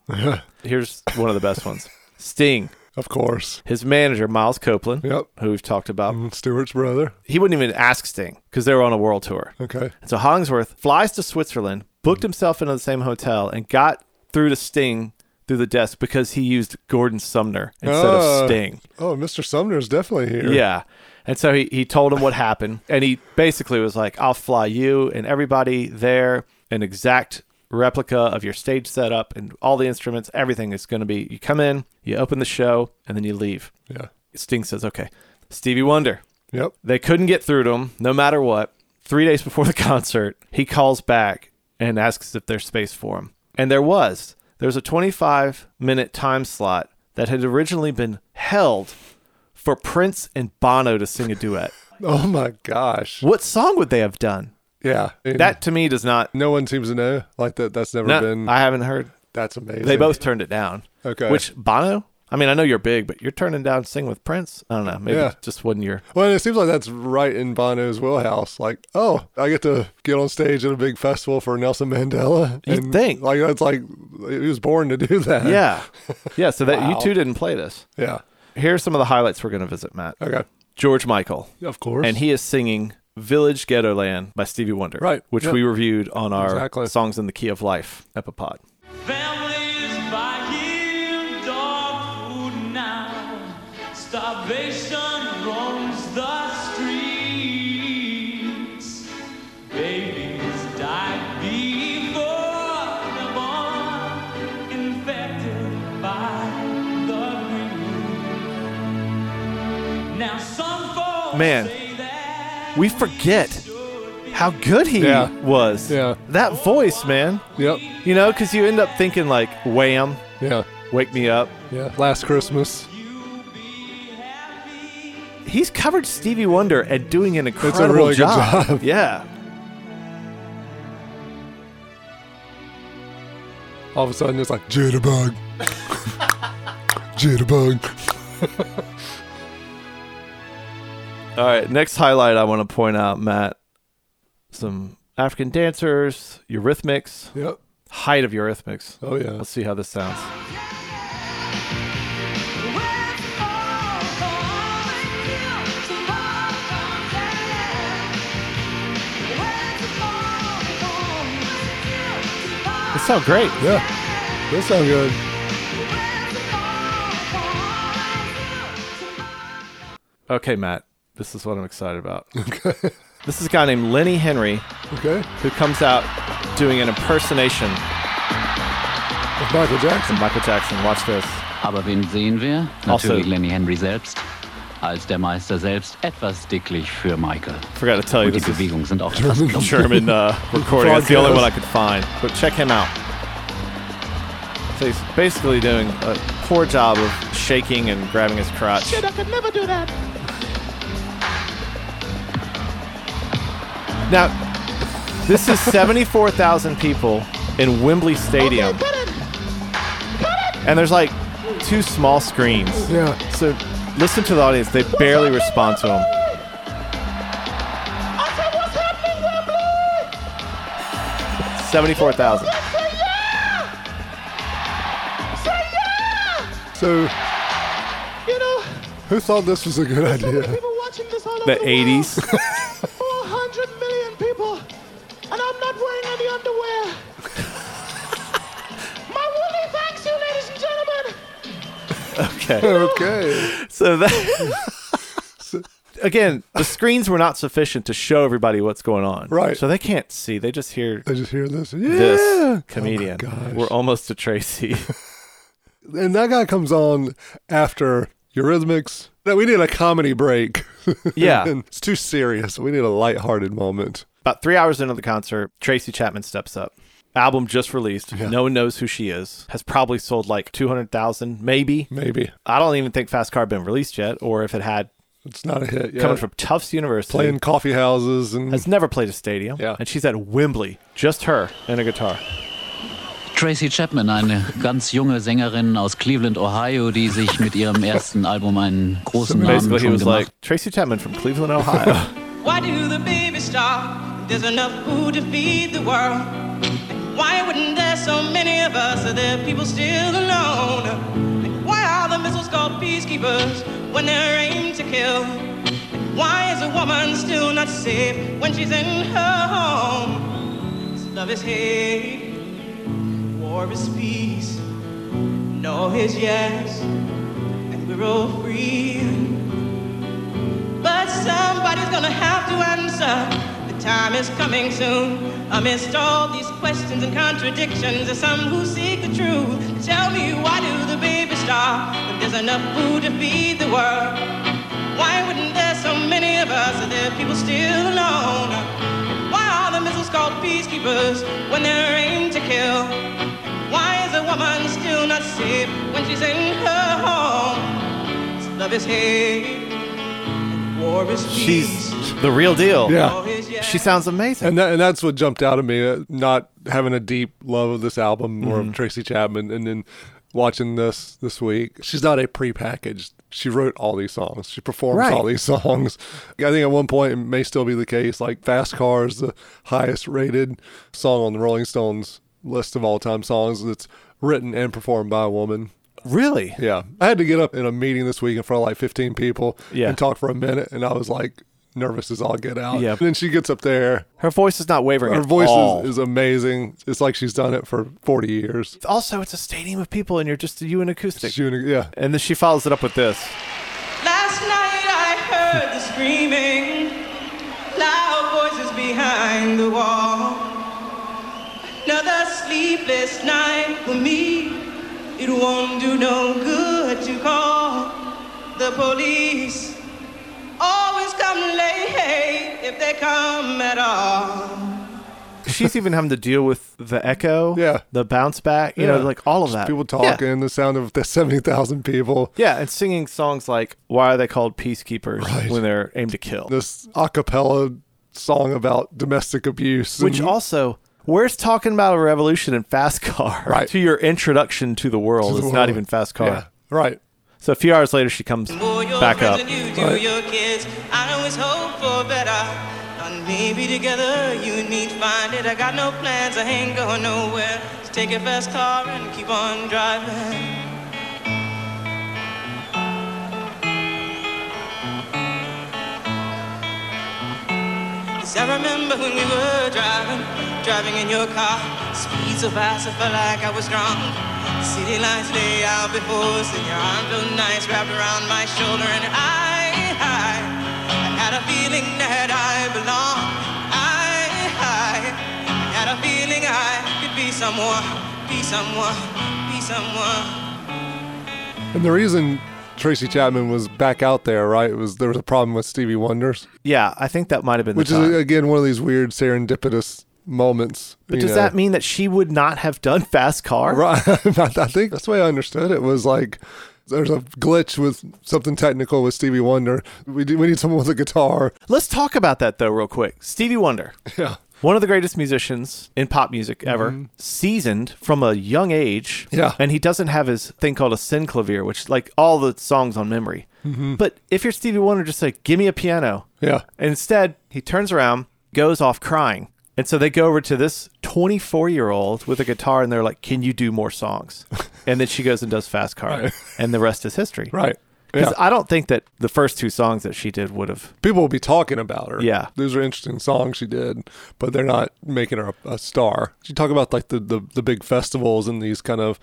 S1: Here's one of the best ones. Sting,
S2: Of course.
S1: his manager Miles Copeland,
S2: Yep. Mm-hmm.
S1: who we've talked about,
S2: Stewart's brother.
S1: he wouldn't even ask Sting because they were on a world tour.
S2: Okay.
S1: And so
S2: Mm.
S1: Hollingsworth flies to Switzerland, booked himself into the same hotel, and got through to Sting through the desk because he used Gordon Sumner instead
S2: Ah.
S1: of Sting.
S2: Oh, Mr. Sumner's definitely here.
S1: Yeah. And so he, he told him what happened. And he basically was like, I'll fly you and everybody there an exact replica of your stage setup and all the instruments. Everything is going to be you come in, you open the show, and then you leave.
S2: Yeah.
S1: Sting says, Okay. Stevie Wonder.
S2: Yep.
S1: They couldn't get through to him no matter what. Three days before the concert, he calls back and asks if there's space for him. And there was. There was a 25 minute time slot that had originally been held for Prince and Bono to sing a duet.
S2: Oh my gosh.
S1: What song would they have done?
S2: Yeah. And
S1: That to me does not.
S2: no one seems to know. Like that. That's never
S1: not-
S2: been.
S1: I haven't heard.
S2: that's amazing.
S1: They both turned it down.
S2: Okay.
S1: Which, Bono? I mean, I know you're big, but you're turning down Sing with Prince? I don't know. Maybe
S2: Yeah.
S1: it just wasn't your.
S2: Well, it seems like that's right in Bono's wheelhouse. Like, oh, I get to get on stage at a big festival for Nelson Mandela.
S1: You'd think.
S2: Like, that's like, he was born to do that.
S1: Yeah. Yeah. So that you
S2: Wow.
S1: two didn't play this.
S2: Yeah.
S1: Here are some of the highlights we're going to visit, Matt.
S2: Okay.
S1: George Michael,
S2: Of course.
S1: and he is singing "Village Ghetto Land" by Stevie Wonder,
S2: Right,
S1: Which
S2: yeah.
S1: we reviewed on our
S2: Exactly.
S1: songs in the key of life epipod.
S5: Families by here, dog food now. Starvation roams the streets. Babies die before they're born, infected by the green. Now some folks
S1: Man,
S5: say that
S1: We forget
S5: should be
S1: how good he
S2: Yeah.
S1: was.
S2: Yeah.
S1: That voice, man.
S2: Yep.
S1: You know, because you end up thinking like Wham,
S2: Yeah.
S1: Wake Me Up.
S2: Yeah. Last Christmas.
S1: He's covered Stevie Wonder and doing an incredible
S2: really good
S1: job.
S2: job.
S1: Yeah.
S2: All of a sudden, it's like, jitterbug. jitterbug.
S1: All right. Next highlight I want to point out, Matt. Some African dancers, Eurythmics,
S2: Yep.
S1: height of Eurythmics.
S2: Oh, yeah.
S1: Let's see how this sounds. It sounds great.
S2: Yeah. That sound good.
S1: Okay, Matt, this is what I'm excited about. This is a guy named Lenny Henry
S2: Okay.
S1: who comes out doing an impersonation
S2: With Michael Jackson.
S1: of Michael Jackson. Watch this.
S6: Aber wen sehen wir?
S1: Außer-
S6: Natürlich Lenny Henry selbst. Als der Meister selbst etwas dicklich für Michael.
S1: Forgot to tell you,
S6: Und die
S1: this is
S6: Bewegungen sind auch fast dumm.
S1: German uh, recording. That's the only one I could find. But check him out. So he's basically doing a poor job of shaking and grabbing his crotch.
S7: I could never do that.
S1: Now, this is 74,000 people in Wembley Stadium. And there's like two small screens.
S2: Yeah.
S1: So listen to the audience. They barely respond to him.
S7: I said, what's happening, Wembley?
S1: 74,000.
S7: Say yeah! Say yeah!
S2: So,
S7: You know,
S2: who thought this was a good idea?
S7: people watching this all over
S1: The
S7: world.
S1: 80s.
S7: 400 million people, and I'm not wearing any underwear. My woolly thanks you, ladies and gentlemen.
S1: Okay.
S2: Okay.
S1: So that. Again, the screens were not sufficient to show everybody what's going on.
S2: Right.
S1: So they can't see. They just hear
S2: I just hear this. Yeah.
S1: this comedian.
S2: Oh, my gosh.
S1: we're almost to Tracy.
S2: and that guy comes on after Eurythmics. No, we need a comedy break.
S1: Yeah.
S2: And it's too serious. We need a lighthearted moment.
S1: About three hours into the concert, Tracy Chapman steps up. Album just released. No one knows who she is. Has probably sold like 200,000, maybe.
S2: Maybe
S1: I don't even think Fast Car had been released yet, or if it had
S2: it's not a hit. Yet.
S1: coming from Tufts University.
S2: playing coffee houses and
S1: has never played a stadium.
S2: Yeah.
S1: And she's at Wembley. Just her and a guitar.
S6: Tracy Chapman, eine ganz junge Sängerin aus Cleveland, Ohio, die sich mit ihrem ersten Album einen großen Namen
S1: Basically, he
S6: schon
S1: was
S6: gemacht
S1: like Tracy Chapman from Cleveland, Ohio.
S5: Why do the babies starve? There's enough food to feed the world. And Why wouldn't there so many of us? Are there people still alone? And Why are the missiles called peacekeepers when they're aimed to kill? And Why is a woman still not safe when she's in her home? 'Cause Love is hate, war is peace.
S3: all his yes, and we're all free. But somebody's gonna have to answer. The time is coming soon. Amidst all these questions and contradictions, there's some who seek the truth. Tell me why do the babies starve? If there's enough food to feed the world, why wouldn't there so many of us? Are there people still alone? Why are the missiles called peacekeepers when they're aimed to kill? Why is a woman still not safe when she's in her home? Love is hate, and war is
S1: She's
S3: peace.
S1: the real deal.
S2: Yeah.
S3: All is yes.
S1: She sounds amazing.
S2: And that, and that's what jumped out at me. uh, Not having a deep love of this album or
S1: Mm-hmm.
S2: of Tracy Chapman, and then watching this this week, she's not a prepackaged. She wrote all these songs. She performs
S1: Right.
S2: all these songs. I think at one point it may still be the case. Like "Fast Car" is the highest rated song on the Rolling Stones list of all time songs that's written and performed by a woman.
S1: really?
S2: Yeah, I had to get up in a meeting this week in front of like 15 people
S1: Yeah.
S2: and talk for a minute, and I was like nervous as all get out.
S1: Yeah.
S2: And then she gets up there
S1: Her voice is not wavering.
S2: her
S1: at
S2: voice
S1: all.
S2: is, is amazing. It's like she's done it for 40 years.
S1: Also, it's a stadium of people, and you're just you and acoustic.
S2: She, yeah.
S1: And then she follows it up with this.
S3: Last night I heard the screaming, loud voices behind the wall. Another sleepless night for me. It won't do no good to call the police. Always come late if they come at all.
S1: She's even having to deal with the echo,
S2: Yeah.
S1: the bounce back, you know,
S2: Yeah.
S1: like all of that.
S2: Just People
S1: Yeah.
S2: talking, the sound of the 70,000 people.
S1: Yeah, and singing songs like "Why are they called peacekeepers
S2: Right.
S1: when they're aimed to kill?"
S2: This a cappella song about domestic abuse.
S1: Which
S2: and
S1: also, where's talking about a revolution in Fast Car
S2: Right.
S1: to your introduction to the world?
S2: the
S1: it's not
S2: world.
S1: even Fast Car.
S2: Yeah, right.
S1: So a few hours later, she comes
S3: More your
S1: back
S3: friends
S1: up.
S3: than you do your kids. I always hope for better. And maybe together you and me find it. I got no plans, I ain't going nowhere. So take your fast car and keep on driving. Cause I remember when we were driving, driving in your car. Speed so fast, I felt like I was drunk. City lights lay out before us, and your arm felt nice wrapped around my shoulder. And I, I, I had a feeling that I belong. I, I, I had a feeling I could be someone, be someone, be someone.
S2: And the reason Tracy Chapman was back out there, right, was there was a problem with Stevie Wonder's,
S1: Yeah, I think that might have been
S2: which
S1: the
S2: is,
S1: time.
S2: again, one of these weird serendipitous moments.
S1: but does that mean that she would not have done Fast Car?
S2: Right. I think that's the way I understood it was like there's a glitch with something technical with Stevie Wonder. We, do, we need someone with a guitar.
S1: Let's talk about that though, real quick. Stevie Wonder.
S2: Yeah.
S1: one of the greatest musicians in pop music ever, seasoned from a young age.
S2: Yeah.
S1: And he doesn't have his thing called a synclavier, which like all the songs on memory. But if you're Stevie Wonder, just like, give me a piano.
S2: Yeah.
S1: And instead, he turns around, goes off crying. And so they go over to this 24 year old with a guitar and they're like, can you do more songs? and then she goes and does Fast Car. And the rest is history.
S2: Right. Yeah.
S1: Because I don't think that the first two songs that she did would have.
S2: People will be talking about her.
S1: Yeah.
S2: Those are interesting songs she did, but they're not making her a, a star. She talk about like the, the, the big festivals and these kind of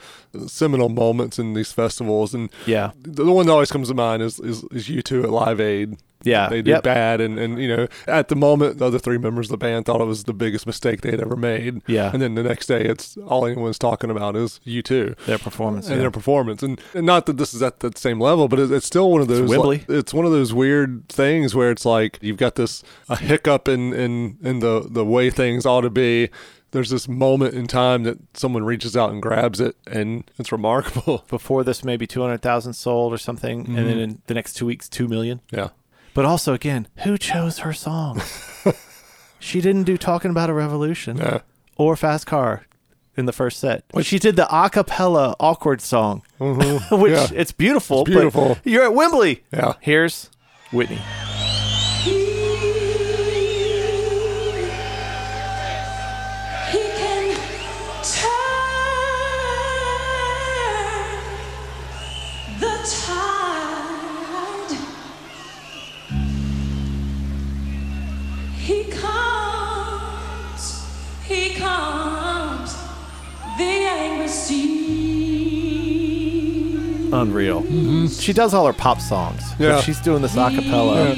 S2: seminal moments in these festivals. And
S1: Yeah.
S2: the, the one that always comes to mind is, is, is U2 at Live Aid.
S1: Yeah.
S2: They did
S1: Yep.
S2: bad. And, and, you know, at the moment, the other three members of the band thought it was the biggest mistake they'd ever made.
S1: Yeah.
S2: And then the next day, it's all anyone's talking about is U2
S1: Their performance,
S2: and
S1: yeah.
S2: their performance. And, and not that this is at the same level, but it, it's still one of those.
S1: Wembley.
S2: like- it's one of those weird things where it's like you've got this a hiccup in in in the the way things ought to be. There's this moment in time that someone reaches out and grabs it, and it's remarkable.
S1: before this maybe 200,000 sold or something and
S2: Mm-hmm.
S1: then in the next 2 weeks 2 million.
S2: Yeah.
S1: But also again, who chose her song? she didn't do talking about a revolution
S2: Yeah.
S1: or fast car in the first set. she did the a cappella awkward song, which
S2: Mm-hmm. Yeah.
S1: it's beautiful,
S2: It's beautiful.
S1: but you're at Wembley.
S2: Yeah.
S1: Here's Whitney.
S8: He can turn the tide. He comes, he comes, the angry sea.
S1: unreal. She does all her pop songs,
S2: Yeah.
S1: but she's doing this a cappella.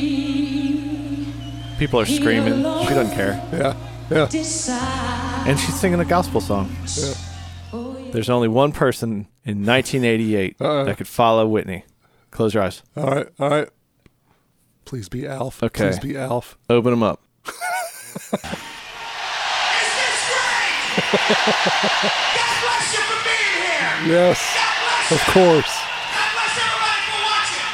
S1: People are screaming. She doesn't care.
S2: Yeah. Yeah.
S8: Decide.
S1: And she's singing a gospel song. There's only one person in 1988
S2: Uh-uh.
S1: that could follow Whitney. Close your eyes.
S2: All right. All right. Please be Alf.
S1: Okay.
S2: Please be Alf.
S1: Open them up.
S9: Is this right? God bless you for being here.
S2: Yes.
S9: God bless
S2: Of
S9: you.
S2: course.
S9: God bless everybody for watching.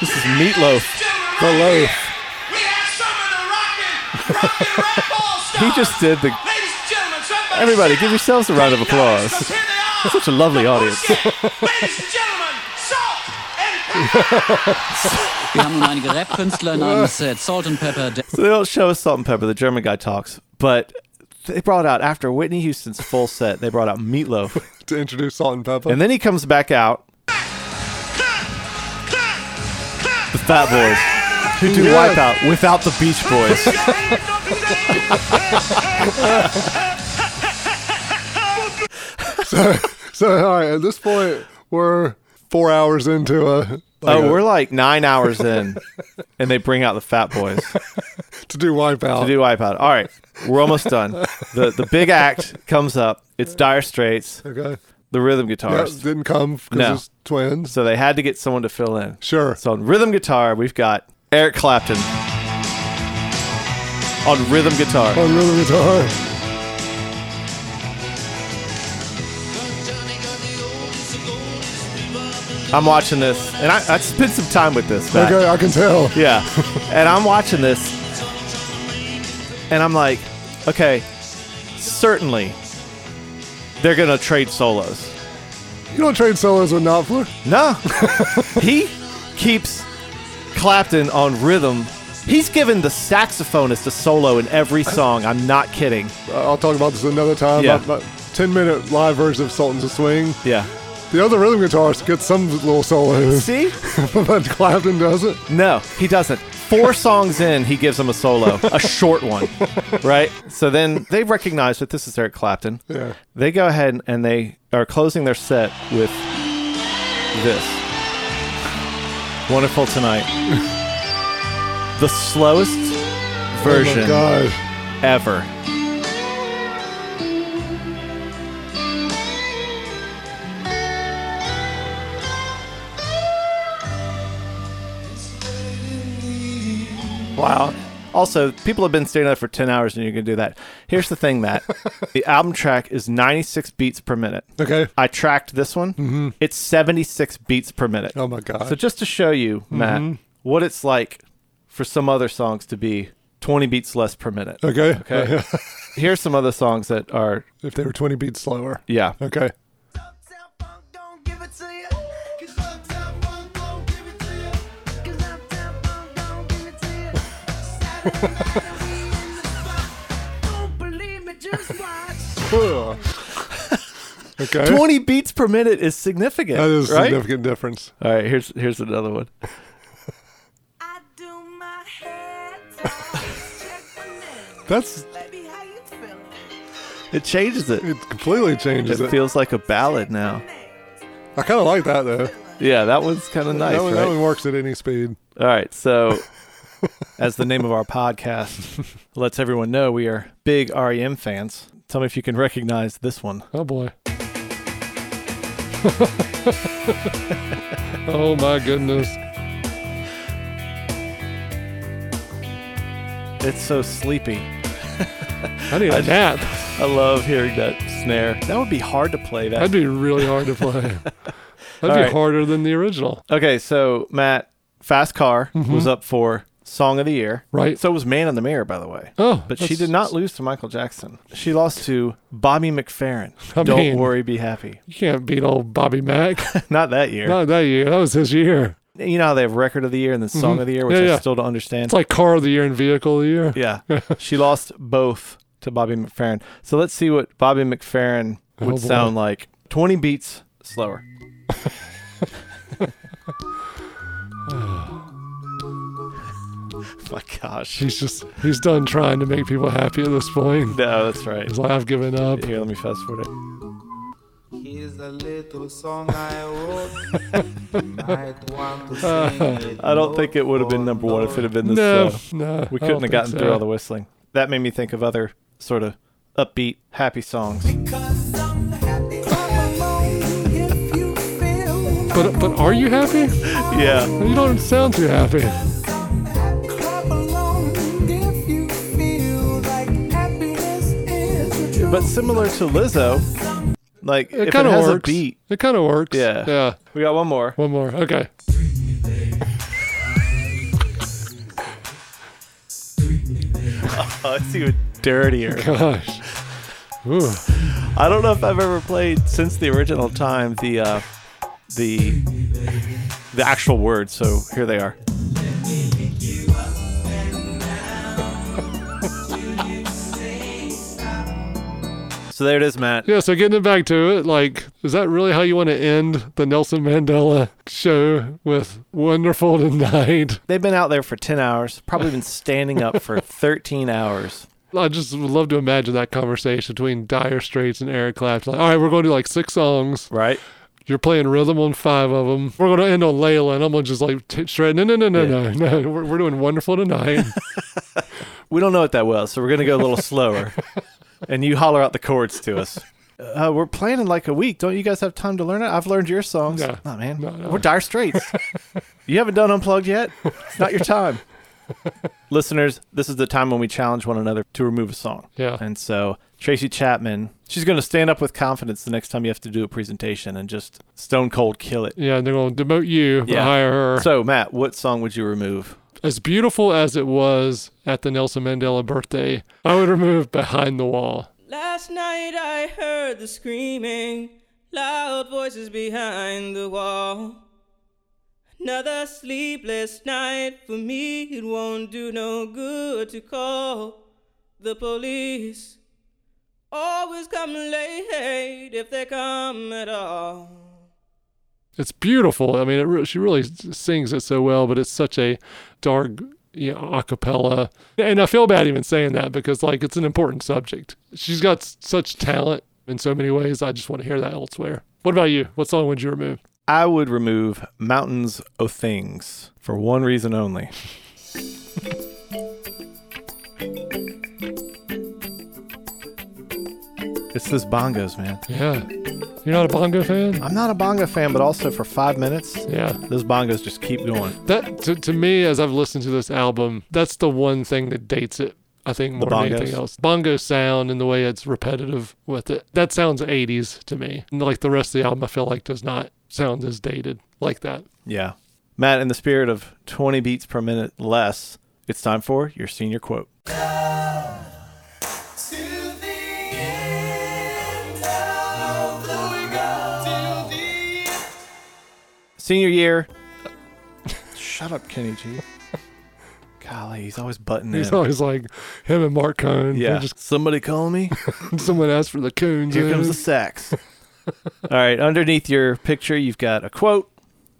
S1: This is Meatloaf.
S9: Children,
S2: The
S9: right
S2: loaf.
S9: here, We have some of the rockin', rockin' rap all stars.
S1: He just did the.
S9: Ladies and gentlemen, somebody
S1: Everybody,
S9: shout.
S1: give yourselves a round of
S9: Make
S1: applause.
S9: noise, 'cause here they are,
S1: Such a lovely
S9: the
S1: audience.
S9: Bullshit. Ladies and gentlemen, salt and pepper.
S6: Wir haben nun einige Rap-Künstler namens äh, Salt and Pepper, Death
S1: So they don't show us Salt and Pepper. The German guy talks, but they brought out after Whitney Houston's full set. They brought out Meatloaf,
S2: To introduce Salt and Pepper.
S1: and then he comes back out. The Fat Boys, who do
S2: Yes.
S1: Wipeout without the Beach Boys.
S2: so, all right. At this point, we're four hours into a. like
S1: oh,
S2: a-
S1: we're like nine hours in, and they bring out the Fat Boys
S2: to do wipeout.
S1: to do Wipeout. All right, we're almost done. the The big act comes up. It's Dire Straits,
S2: okay.
S1: the rhythm
S2: Yeah,
S1: guitarist.
S2: didn't come because
S1: No.
S2: it's twins.
S1: So they had to get someone to fill in.
S2: Sure.
S1: So on rhythm guitar, we've got Eric Clapton on rhythm guitar.
S2: On rhythm guitar.
S1: I'm watching this, and I, I spent some time with this. Back.
S2: Okay, I can tell.
S1: Yeah. and I'm watching this, and I'm like, okay, certainly they're going to trade solos.
S2: You don't trade solos with Knopfler.
S1: No. he keeps Clapton on rhythm. He's given the saxophonist a solo in every song. I'm not kidding.
S2: I'll talk about this another time.
S1: Yeah.
S2: My, my 10 minute live version of Sultan's a Swing.
S1: Yeah.
S2: The other rhythm guitarist gets some little solos,
S1: See?
S2: but Clapton Oh doesn't.
S1: No, he doesn't. Four songs in, he gives them a solo, a short one, right? So then they recognize that this is Eric Clapton.
S2: Yeah.
S1: They go ahead and they are closing their set with this Wonderful Tonight. the slowest
S2: Oh my
S1: version
S2: God.
S1: ever. Wow. Also, people have been standing up for 10 hours and you can do that. Here's the thing, Matt. the album track is 96 beats per minute.
S2: Okay. Mm-hmm.
S1: I tracked this one. It's 76 beats per minute.
S2: Oh my God. Mm-hmm.
S1: So just to show you, Matt, what it's like for some other songs to be 20 beats less per minute.
S2: okay.
S1: Okay. Here's some other songs that are
S2: if they were 20 beats slower.
S1: yeah.
S2: Okay. Ugh. okay.
S1: 20 beats per minute is significant,
S2: That is a
S1: right?
S2: significant difference.
S1: All right, here's here's another one.
S2: That's
S1: It changes it.
S2: it. Completely changes
S1: It
S2: it.
S1: feels like a ballad now.
S2: I kind of like that though.
S1: Yeah, that one's kind of nice,
S2: that, one, that
S1: right?
S2: one works at any speed.
S1: All right, so as the name of our podcast lets everyone know, we are big REM fans. Tell me if you can recognize this one.
S2: Oh boy. oh my goodness.
S1: It's so sleepy.
S2: I need a nap.
S1: I love hearing that snare. That would be hard to play that.
S2: That'd be really hard to play. That'd be
S1: right.
S2: harder than the original.
S1: Okay, so Matt, Fast Car
S2: Mm-hmm.
S1: was up for Song of the Year.
S2: Right.
S1: So was Man in the Mirror, by the way.
S2: Oh,
S1: But she
S2: that's-
S1: did not lose to Michael Jackson. She lost to Bobby McFerrin.
S2: I
S1: Don't
S2: mean-
S1: worry, be happy.
S2: You can't beat old Bobby Mack.
S1: Not that year.
S2: Not that year. That was his year.
S1: You know how they have Record of the Year and then Song of the Year, which
S2: Yeah,
S1: I
S2: yeah.
S1: still don't understand.
S2: It's like Car of the Year and Vehicle of the Year.
S1: yeah. she lost both to Bobby McFerrin. So let's see what Bobby McFerrin would
S2: Oh, boy.
S1: sound like 20 beats slower. My gosh.
S2: He's just, he's done trying to make people happy at this point.
S1: No, that's right.
S2: He's like, I've given up.
S1: Here, let me fast forward it.
S10: Here's a little little song I wrote. You might want to sing it
S1: I don't think
S10: note
S1: it would have been
S10: for
S1: number one if
S10: note.
S1: it had been this
S2: No,
S1: slow.
S2: no,
S1: we
S2: I
S1: couldn't
S2: don't
S1: have gotten
S2: think
S1: through
S2: so.
S1: all the whistling. That made me think of other sort of upbeat, happy songs.
S2: But but are you happy?
S1: Yeah,
S2: You don't sound too happy.
S1: but similar to Lizzo, like
S2: It
S1: if it
S2: kind of
S1: has
S2: works.
S1: a beat.
S2: It kind of works.
S1: Yeah.
S2: Yeah.
S1: We got one more.
S2: One more. Okay.
S1: Oh, it's even dirtier.
S2: Gosh. Ooh.
S1: I don't know if I've ever played since the original time the uh, the the actual words. So here they are. so there it is, Matt.
S2: Yeah. So getting it back to it, like, is that really how you want to end the Nelson Mandela show with "Wonderful Tonight"?
S1: They've been out there for ten hours. Probably been standing up for thirteen hours.
S2: I just would love to imagine that conversation between Dire Straits and Eric Clapton. Like, all right, we're going to do like six songs.
S1: Right.
S2: You're playing rhythm on five of them. We're going to end on Layla, and I'm going to just like t- shred. No, no, no, no, no, no. We're, we're doing wonderful tonight.
S1: We don't know what that was, so we're gonna go a little slower. And you holler out the chords to us. Uh, we're playing in like a week. Don't you guys have time to learn it? I've learned your songs.
S2: No.
S1: Nah, man.
S2: No, no.
S1: We're dire straits. you haven't done unplugged yet. It's not your time. Listeners, this is the time when we challenge one another to remove a song.
S2: Yeah.
S1: And so Tracy Chapman, she's gonna stand up with confidence the next time you have to do a presentation and just stone cold kill it.
S2: yeah, and they're going to demote you, but
S1: Yeah.
S2: hire her.
S1: So Matt, what song would you remove?
S2: as beautiful as it was at the Nelson Mandela birthday, I would remove behind the wall.
S5: Last night I heard the screaming, loud voices behind the wall. Another sleepless night for me, it won't do no good to call the police. Always come late if they come at all.
S2: It's beautiful. I mean, it re- she really s- sings it so well, but it's such a dark you know, acapella. And I feel bad even saying that because like it's an important subject. She's got s- such talent in so many ways. I just want to hear that elsewhere. What about you? What song would you remove?
S1: I would remove Mountains of Things for one reason only. it's those bongos, man.
S2: Yeah. You're not a bongo fan?
S1: I'm not a bongo fan, but also for five minutes,
S2: Yeah.
S1: those bongos just keep going.
S2: That to, to me, as I've listened to this album, that's the one thing that dates it. I think more than anything
S1: bongos.
S2: else. Bongo sound and the way it's repetitive with it. That sounds 80s to me. And like the rest of the album, I feel like does not sound as dated like that.
S1: Yeah. Matt, in the spirit of 20 beats per minute less, it's time for your senior quote. Senior year. Shut up, Kenny G. Golly, he's always butting
S2: He's
S1: in.
S2: always like him and Mark Cohn. they're
S1: yeah.
S2: Just,
S1: Somebody call me.
S2: someone asked for the coons.
S1: Here comes the sax. All right, underneath your picture, you've got a quote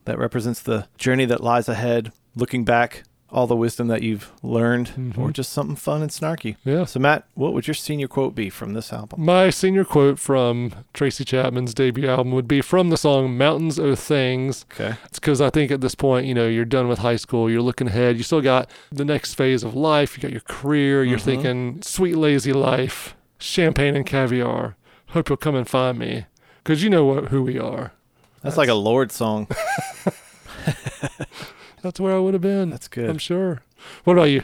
S1: that represents the journey that lies ahead, looking back, all the wisdom that you've learned,
S2: Mm-hmm.
S1: or just something fun and snarky.
S2: Yeah.
S1: So, Matt, what would your senior quote be from this album?
S2: My senior quote from Tracy Chapman's debut album would be from the song Mountains of Things.
S1: Okay.
S2: It's because I think at this point, you know, you're done with high school, you're looking ahead, you still got the next phase of life, you got your career,
S1: Mm-hmm.
S2: you're thinking sweet, lazy life, champagne and caviar. Hope you'll come and find me. Because you know what, who we are.
S1: That's, like a Lord song.
S2: That's where I would have been.
S1: That's good.
S2: I'm sure. What about you?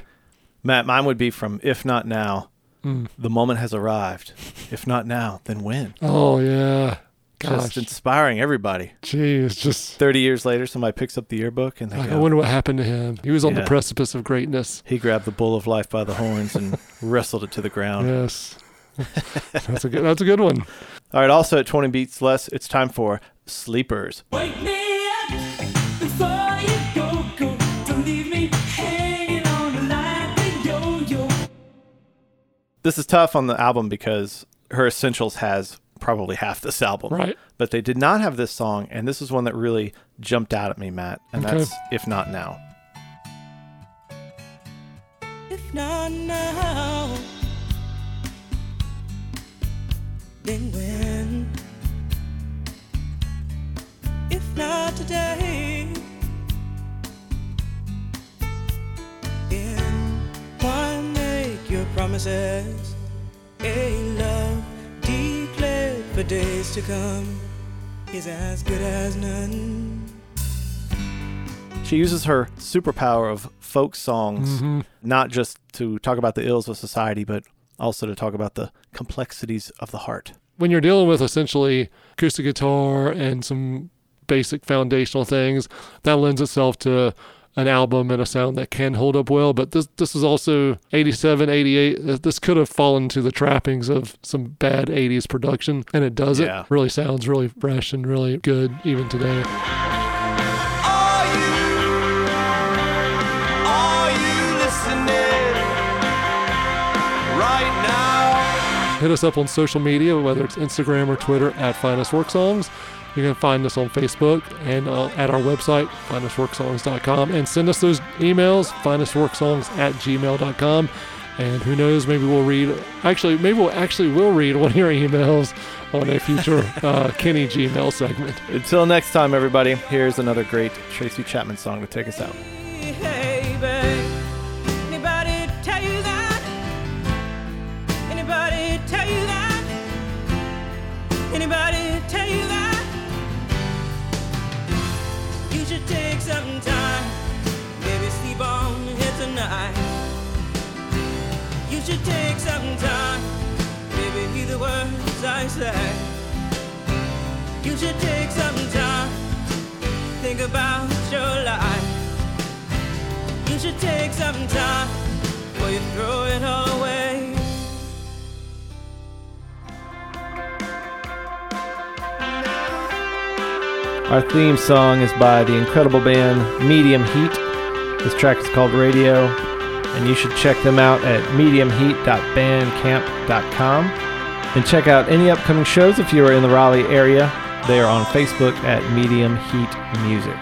S1: Matt, mine would be from If Not Now,
S2: Mm.
S1: the moment has arrived. If not now, then when?
S2: Oh, yeah. Gosh.
S1: Just inspiring everybody.
S2: Jeez, just.
S1: 30 years later, somebody picks up the yearbook and they
S2: Like, I
S1: go,
S2: wonder what happened to him. He was on
S1: Yeah.
S2: the precipice of greatness.
S1: he grabbed the bull of life by the horns and wrestled it to the ground.
S2: Yes. that's a good that's a good one.
S1: All right, also at 20 beats less, it's time for Sleepers.
S8: Wake me up before you go, go. Don't leave me hanging on like a yo-yo.
S1: This is tough on the album because Her Essentials has probably half this album.
S2: Right.
S1: But they did not have this song, and this is one that really jumped out at me, Matt, and
S2: Okay.
S1: that's If Not Now.
S5: If not now, then when?
S3: that today. In one, make your promises. A love declared for days to come is as good as none.
S1: She uses her superpower of folk songs
S2: Mm-hmm.
S1: not just to talk about the ills of society, but also to talk about the complexities of the heart.
S2: when you're dealing with essentially acoustic guitar and some basic foundational things, that lends itself to an album and a sound that can hold up well. But this this is also 87, 88. Th- This could have fallen to the trappings of some bad 80s production, and it does
S1: Yeah.
S2: it. Really sounds really fresh and really good even today.
S9: Are you listening right now?
S2: Hit us up on social media, whether it's Instagram or Twitter at Finest Work Songs. You can find us on Facebook and uh, at our website, finestworksongs.com. And send us those emails, finestworksongs at gmail.com. And who knows, maybe we'll read, actually, maybe we'll actually will read one of your emails on a future uh, Kenny Gmail segment.
S1: Until next time, everybody, here's another great Tracy Chapman song to take us out.
S3: Hey, babe. Anybody tell you that? Anybody tell you that? Anybody tell you that? You should take some time. Maybe sleep on it tonight. You should take some time. Maybe hear the words I say. You should take some time. Think about your life. You should take some time before you throw it all away.
S1: Our theme song is by the incredible band Medium Heat. This track is called Radio, and you should check them out at mediumheat.bandcamp.com. And check out any upcoming shows if you are in the Raleigh area. They are on Facebook at Medium Heat Music.